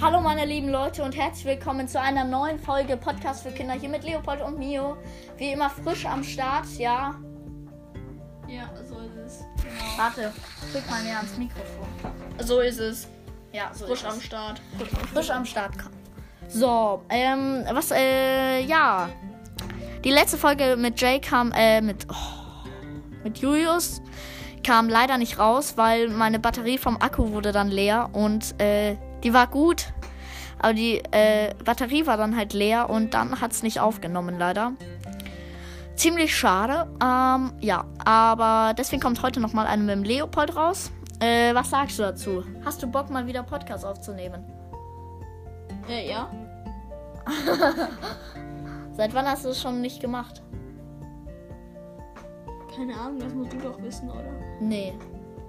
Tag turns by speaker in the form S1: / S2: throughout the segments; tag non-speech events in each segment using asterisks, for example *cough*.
S1: Hallo meine lieben Leute und herzlich willkommen zu einer neuen Folge Podcast für Kinder hier mit Leopold und Mio. Wie immer frisch am Start, ja.
S2: Ja, so ist es. Genau.
S1: Warte, drück mal näher ans Mikrofon.
S2: So ist es.
S1: Ja, so
S2: Frisch
S1: ist es.
S2: am Start.
S1: frisch am Start kam. So, ähm, was, äh, ja. Die letzte Folge mit Jay kam, äh, mit, oh, mit Julius kam leider nicht raus, weil meine Batterie vom Akku wurde dann leer und, äh, die war gut. Aber die, äh, Batterie war dann halt leer und dann hat's nicht aufgenommen, leider. Ziemlich schade, ähm, ja. Aber deswegen kommt heute nochmal eine mit dem Leopold raus. Äh, was sagst du dazu? Hast du Bock, mal wieder Podcast aufzunehmen?
S2: Äh, ja.
S1: Seit wann hast du es schon nicht gemacht?
S2: Keine Ahnung, das musst du doch wissen, oder?
S1: Nee,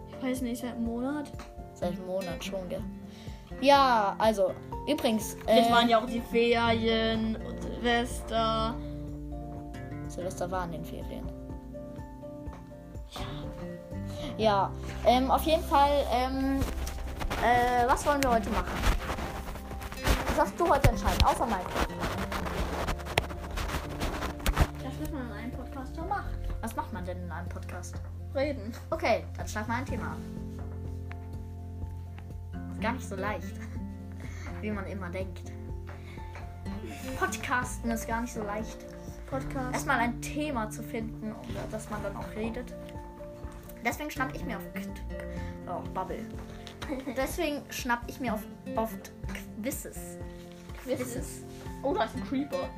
S2: Ich weiß nicht, seit einem Monat.
S1: seit einem Monat schon, gell? Ja, also, übrigens, äh,
S2: Jetzt waren ja auch die Ferien und Silvester.
S1: Silvester war in den Ferien. Ja, ähm, auf jeden Fall, ähm, äh, was wollen wir heute machen? Was darfst du heute entscheiden, außer Minecraft?
S2: Das, was man in einem Podcaster macht.
S1: Was macht man denn in einem Podcast?
S2: Reden.
S1: Okay, dann schlag mal ein Thema an. Ist gar nicht so leicht, *laughs* wie man immer denkt. Podcasten ist gar nicht so leicht.
S2: Podcast.
S1: Erstmal ein Thema zu finden, um das man dann auch redet. Deswegen schnapp ich mir auf. Oh, Bubble. Deswegen schnapp ich mir auf, oft Quizzes. Quizzes.
S2: Oh, da ist ein Creeper.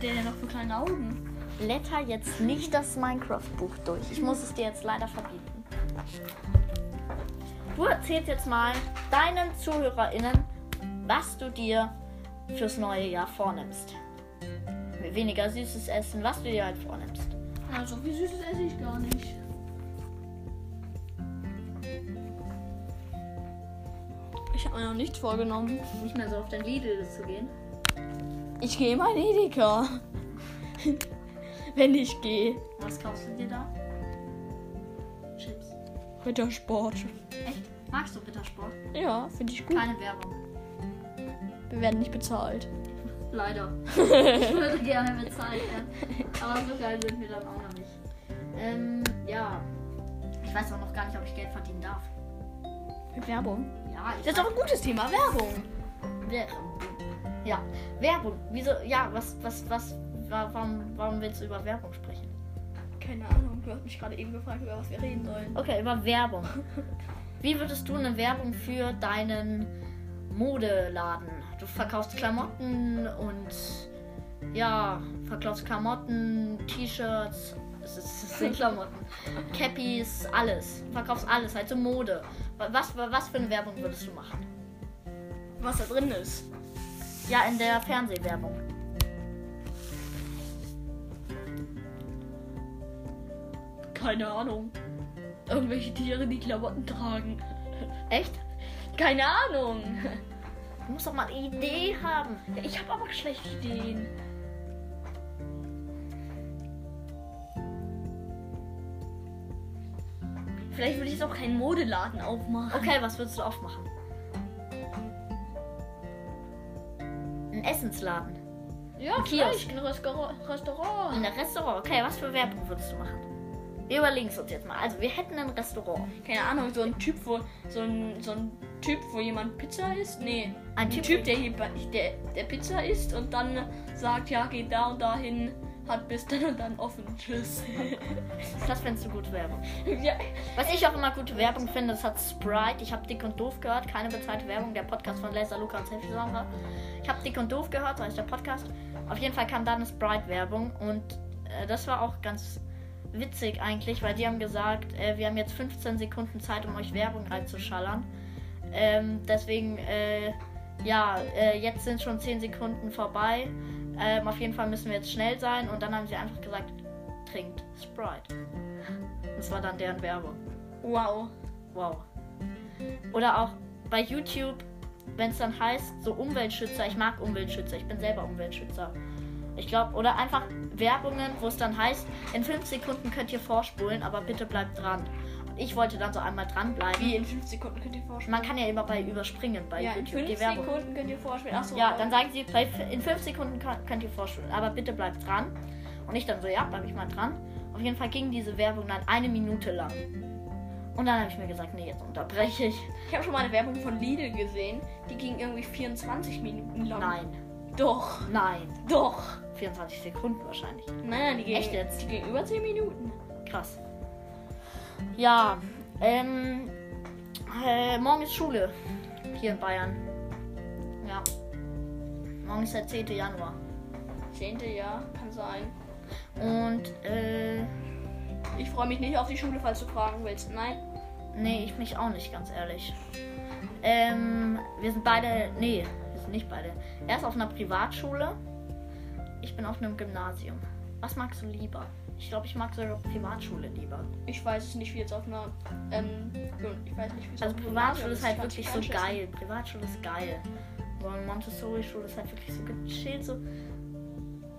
S2: Der hat noch so kleine Augen.
S1: Blätter jetzt nicht das Minecraft-Buch durch. Ich muss es dir jetzt leider verbieten. Du erzählst jetzt mal deinen ZuhörerInnen, was du dir fürs neue Jahr vornimmst. Weniger süßes Essen, was du dir halt vornimmst.
S2: Na, so viel Süßes esse ich gar nicht. Ich habe mir noch nichts vorgenommen.
S1: Nicht mehr so auf den Lidl zu gehen.
S2: Ich gehe mal in Edeka. *laughs* Wenn ich gehe.
S1: Was kaufst du dir da? Chips.
S2: Rittersport.
S1: Echt? Magst du Rittersport?
S2: Ja, finde ich gut.
S1: Keine Werbung.
S2: Wir werden nicht bezahlt.
S1: *laughs* Leider. ich würde gerne bezahlt werden. Aber so geil sind wir dann auch noch nicht. Ähm, ja. Ich weiß auch noch gar nicht, ob ich Geld verdienen darf.
S2: Mit Werbung.
S1: Ja, ich
S2: Das ist auch ein gutes Thema, Werbung.
S1: Werbung. Ja, Werbung. Wieso? Ja, was, was, was, wa- warum, warum willst du über Werbung sprechen?
S2: Keine Ahnung, du hast mich gerade eben gefragt, über was wir reden sollen.
S1: Okay, über Werbung. Wie würdest du eine Werbung für deinen Modeladen? Du verkaufst Klamotten und ja, verkaufst Klamotten, T-Shirts, es ist- es sind Klamotten, Cappies, alles. Verkaufst alles, also Mode. Was, was für eine Werbung würdest du machen?
S2: Was da drin ist.
S1: Ja, in der Fernsehwerbung.
S2: Keine Ahnung. Irgendwelche Tiere, die Klamotten tragen.
S1: Echt?
S2: Keine Ahnung.
S1: Du musst doch mal eine Idee haben.
S2: *laughs* Ich habe aber schlechte Ideen. Vielleicht würde ich jetzt auch keinen Modeladen aufmachen.
S1: Okay, was würdest du aufmachen? Ein Essensladen.
S2: Ja,
S1: Ein Kiosk.
S2: vielleicht ein Restaurant. Restaurant.
S1: In ein Restaurant. Okay, was für Werbung würdest du machen? Wir überlegen es uns jetzt mal. Also, wir hätten ein Restaurant.
S2: Keine Ahnung, so ein Typ, wo so ein, so ein Typ, wo jemand Pizza isst? Nee.
S1: Ein
S2: Ein
S1: Typ-
S2: Typ, der, hier, bei- der, der Pizza isst und dann sagt, ja, geht da und dahin, hat bis dann und dann offen. Tschüss. *laughs*
S1: Das fändest du gute Werbung.
S2: ja,
S1: Was ich auch immer gute Werbung finde, das hat Sprite. Ich habe dick und doof gehört. Keine bezahlte Werbung. Der Podcast von Laser Luca und Selfie Sandra. Ich habe dick und doof gehört. Das ist der Podcast. Auf jeden Fall kam da eine Sprite-Werbung. Und äh, das war auch ganz witzig eigentlich, weil die haben gesagt, äh, wir haben jetzt 15 Sekunden Zeit, um euch Werbung reinzuschallern. Ähm, deswegen, äh, ja, äh, jetzt sind schon 10 Sekunden vorbei. Ähm, auf jeden Fall müssen wir jetzt schnell sein. Und dann haben sie einfach gesagt, trinkt Sprite. Das war dann deren Werbung.
S2: wow.
S1: Wow. Oder auch bei YouTube, wenn es dann heißt, so Umweltschützer, ich mag Umweltschützer, ich bin selber Umweltschützer. Ich glaube, oder einfach Werbungen, wo es dann heißt, in 5 Sekunden könnt ihr vorspulen, aber bitte bleibt dran. Und ich wollte dann so einmal dranbleiben.
S2: Wie in 5 Sekunden könnt ihr vorspielen?
S1: Man kann ja immer bei überspringen Hm, bei
S2: ja, in
S1: YouTube
S2: 5
S1: die Werbung.
S2: Sekunden könnt ihr vorspielen. Achso,
S1: Ja, dann sagen sie, bei, in 5 Sekunden kann- könnt ihr vorstellen, aber bitte bleibt dran. Und ich dann so, ja, bleib ich mal dran. Auf jeden Fall ging diese Werbung dann eine Minute lang. Und dann habe ich mir gesagt, nee, jetzt unterbreche ich.
S2: Ich habe schon mal eine Werbung von Lidl gesehen. Die ging irgendwie 24 Minuten lang.
S1: Nein,
S2: Doch,
S1: Ähm, nein.
S2: doch.
S1: 24 Sekunden wahrscheinlich.
S2: Nein, nein, die ging,
S1: Echt jetzt?
S2: Die ging über 10 Minuten.
S1: Krass. Ja, ähm, äh, morgen ist Schule. Hier in Bayern. Ja. Morgen ist der 10. Januar.
S2: Zehnte Jahr, kann sein.
S1: Und, äh,
S2: Ich freue mich nicht auf die Schule, falls du fragen willst. Nein,
S1: Nee, ich mich auch nicht, ganz ehrlich. Ähm, wir sind beide. Nee, wir sind nicht beide. Er ist auf einer Privatschule. Ich bin auf einem Gymnasium. Was magst du lieber? Ich glaube, ich mag sogar Privatschule lieber.
S2: ich weiß es nicht, wie jetzt auf einer. Ähm, ich weiß nicht, wie es
S1: Also
S2: auf einer
S1: Privatschule ist halt
S2: Ich kann's
S1: wirklich
S2: nicht
S1: so
S2: einschätzen.
S1: geil. Privatschule ist geil. So eine Montessori-Schule ist halt wirklich so gechillt, so.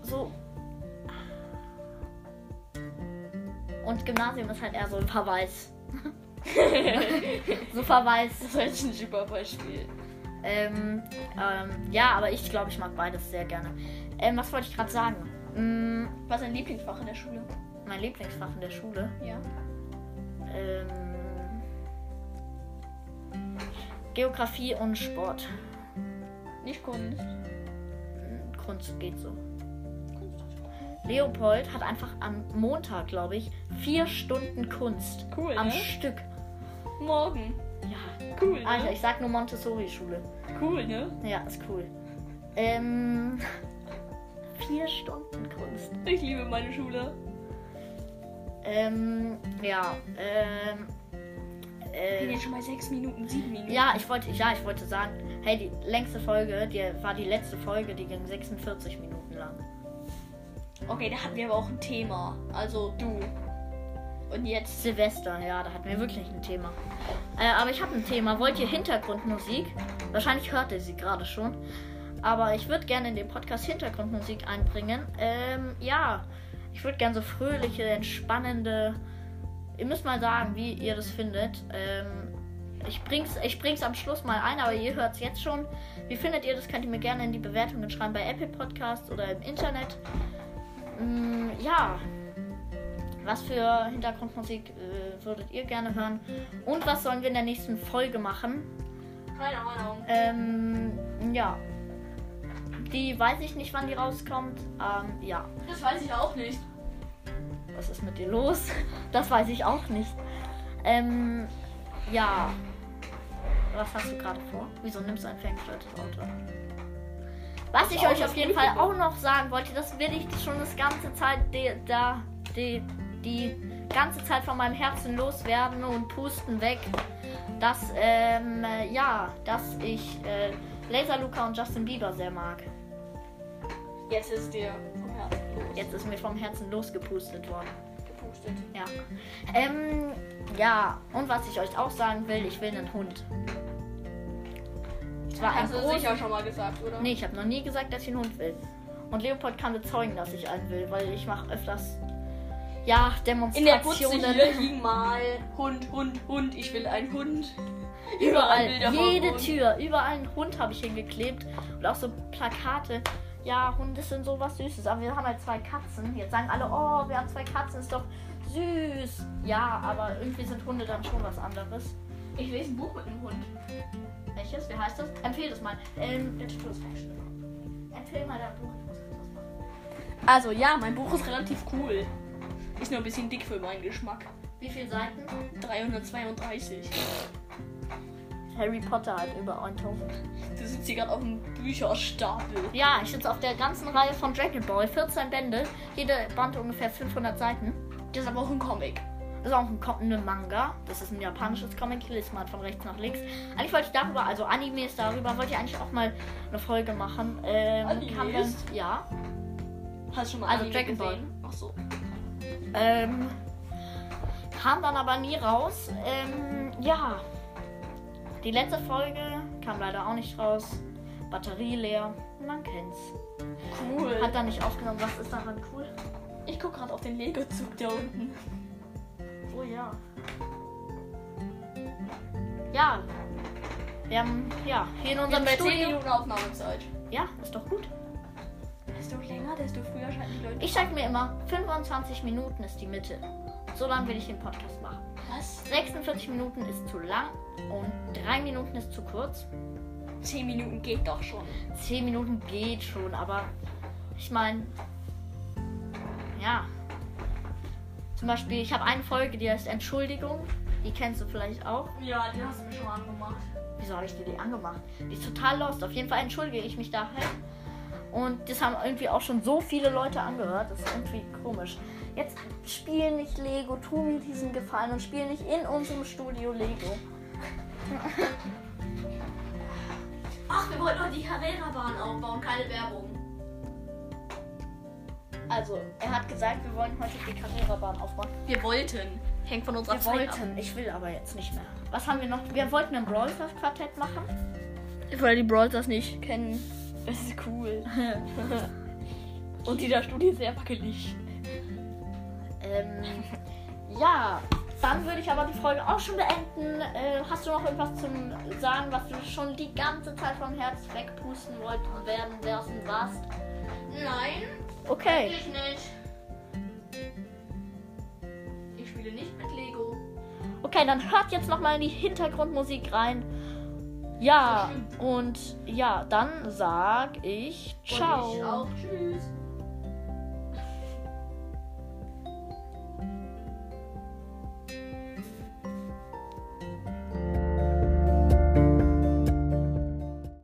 S1: So. Und Gymnasium ist halt eher so ein
S2: *laughs*
S1: Verweis. so Verweis.
S2: Das war jetzt ein super Beispiel.
S1: Ähm, ähm, ja, aber ich glaube, ich mag beides sehr gerne. Ähm, was wollte ich gerade sagen? Mm,
S2: Was ist dein Lieblingsfach in der Schule?
S1: mein Lieblingsfach in der Schule.
S2: Ja.
S1: Ähm, Geografie und Sport.
S2: Nicht Kunst.
S1: Mm, Kunst geht so. Leopold hat einfach am Montag, glaube ich, vier Stunden Kunst.
S2: Cool,
S1: Am
S2: ne?
S1: Stück.
S2: Morgen.
S1: Ja.
S2: Cool, ne?
S1: Alter, ich sag nur Montessori-Schule.
S2: cool, ne?
S1: Ja, ist cool. Ähm, *laughs* vier Stunden Kunst.
S2: Ich liebe meine Schule.
S1: Ähm, ja, ähm,
S2: Wir
S1: äh,
S2: gehen schon mal sechs Minuten, sieben Minuten.
S1: ja, ich wollte, ja, ich wollte sagen, hey, die längste Folge, die war die letzte Folge, die ging 46 Minuten lang.
S2: Okay, da hatten wir aber auch ein Thema. Also du. Und jetzt.
S1: Silvester, ja, da hatten wir wirklich ein Thema. Äh, aber ich habe ein Thema. Wollt ihr Hintergrundmusik? Wahrscheinlich hört ihr sie gerade schon. Aber ich würde gerne in den Podcast Hintergrundmusik einbringen. Ähm, ja, ich würde gerne so fröhliche, entspannende. Ihr müsst mal sagen, wie ihr das findet. Ähm, ich bring's, ich bring's am Schluss mal ein, aber ihr hört's jetzt schon. Wie findet ihr das? Könnt ihr mir gerne in die Bewertungen schreiben bei Apple Podcasts oder im Internet. Mm, ja, was für Hintergrundmusik äh, würdet ihr gerne hören? Und was sollen wir in der nächsten Folge machen?
S2: Keine Ahnung.
S1: Ähm, ja. Die weiß ich nicht, wann die rauskommt. Ähm, ja.
S2: Das weiß ich auch nicht.
S1: Was ist mit dir los? *laughs* Das weiß ich auch nicht. Ähm, ja. Was hast du gerade vor? Wieso nimmst du ein ferngesteuertes Auto? Was ich
S2: Auto
S1: euch auf
S2: ist
S1: jeden
S2: gut
S1: Fall
S2: geworden.
S1: auch noch sagen wollte, das will ich schon das ganze Zeit die, da die, die ganze Zeit von meinem Herzen loswerden und pusten weg, dass ähm, äh, ja, dass ich äh, Laser Luca und Justin Bieber sehr mag.
S2: Jetzt ist dir vom Herzen los.
S1: Jetzt ist mir vom Herzen losgepustet worden.
S2: gepustet.
S1: Ja. Ähm, ja, und was ich euch auch sagen will, ich will einen Hund. Es war ein
S2: Hast du
S1: großer...
S2: sicher schon mal gesagt, oder?
S1: Nee, ich habe noch nie gesagt, dass ich einen Hund will. Und Leopold kann bezeugen, dass ich einen will, weil ich mache öfters, ja,
S2: In der Butze
S1: Demonstrationen.
S2: hier hing mal Hund, Hund, Hund. Ich will einen *laughs* Hund.
S1: überall,
S2: Bilder vom
S1: jede
S2: Hund.
S1: Tür, überall einen Hund habe ich hingeklebt. Und auch so Plakate. Ja, Hunde sind sowas Süßes. Aber wir haben halt zwei Katzen. Jetzt sagen alle, oh, wir haben zwei Katzen, ist doch süß. Ja, aber irgendwie sind Hunde dann schon was anderes.
S2: Ich lese ein Buch mit einem Hund.
S1: Welches? Wie heißt das? Empfehl das mal. Ähm, bitte tu es falsch. Empfehl mal dein Buch. Ich muss kurz was machen.
S2: Also ja, mein Buch ist relativ cool. Ist nur ein bisschen dick für meinen Geschmack.
S1: Wie viele Seiten?
S2: 332.
S1: Harry Potter hat über 1000.
S2: Du sitzt hier gerade auf dem Bücherstapel.
S1: Ja, ich sitze auf der ganzen Reihe von Dragon Ball. 14 Bände. Jede Band ungefähr 500 Seiten.
S2: Das ist aber auch ein Comic.
S1: Das ist auch ein, Ko- eine Manga. Das ist ein japanisches Comic. Hier liest man von rechts nach links. Eigentlich wollte ich darüber, also Animes darüber, wollte ich eigentlich auch mal eine Folge machen. Ähm, Kann man,
S2: Animes?
S1: ja.
S2: Hast du schon mal
S1: Also
S2: Anime
S1: Dragon Ball.
S2: gesehen? Ach so.
S1: Ähm, kam dann aber nie raus. Ähm, ja. Die letzte Folge kam leider auch nicht raus. Batterie leer. Man kennt's.
S2: Cool.
S1: Hat dann nicht aufgenommen. Was ist daran cool?
S2: ich guck gerade auf den Lego-Zug da unten.
S1: Oh ja. Ja. Wir haben, ja, hier in
S2: Wir
S1: unserem
S2: haben 10
S1: Studio.
S2: Minuten Aufnahmezeit.
S1: Ja, ist doch gut.
S2: Desto länger, desto früher scheinen die Leute.
S1: Ich sag mir immer, 25 Minuten ist die Mitte. So lange will ich den Podcast machen.
S2: Was?
S1: 46 Minuten ist zu lang und 3 Minuten ist zu kurz.
S2: 10 Minuten geht doch schon.
S1: 10 Minuten geht schon, aber ich meine, ja. Zum Beispiel, ich habe eine Folge, die heißt Entschuldigung. Die kennst du vielleicht auch.
S2: Ja, die hast du mir schon angemacht.
S1: Wieso habe ich dir die angemacht? Die ist total lost. Auf jeden Fall entschuldige ich mich daher. Und das haben irgendwie auch schon so viele Leute angehört. Das ist irgendwie komisch. Jetzt spiel nicht Lego, tu mir diesen Gefallen und spiel nicht in unserem Studio Lego.
S2: Ach, wir wollten noch die Herrera-Bahn aufbauen, keine Werbung.
S1: Also, er hat gesagt, wir wollen heute die Carrera-Bahn aufbauen.
S2: Wir wollten. Hängt von unserer
S1: Wir wollten, ich will aber jetzt nicht mehr. Was haben wir noch? Wir wollten ein Brawl Stars Quartett machen.
S2: ab. Weil die Brawlers nicht kennen. Das ist *laughs* cool. Und dieser Studie ist sehr wackelig.
S1: Ähm, *laughs* ja, dann würde ich aber die Folge auch schon beenden. Äh, hast du noch irgendwas zum Sagen, was du schon die ganze Zeit vom Herz wegpusten wolltest, werden, werden, warst?
S2: Nein,
S1: Okay.
S2: ich nicht. Ich spiele nicht mit Lego.
S1: Okay, dann hört jetzt nochmal in die Hintergrundmusik rein. Ja, und ja, dann sag ich
S2: Und
S1: ciao.
S2: ich auch. Tschüss.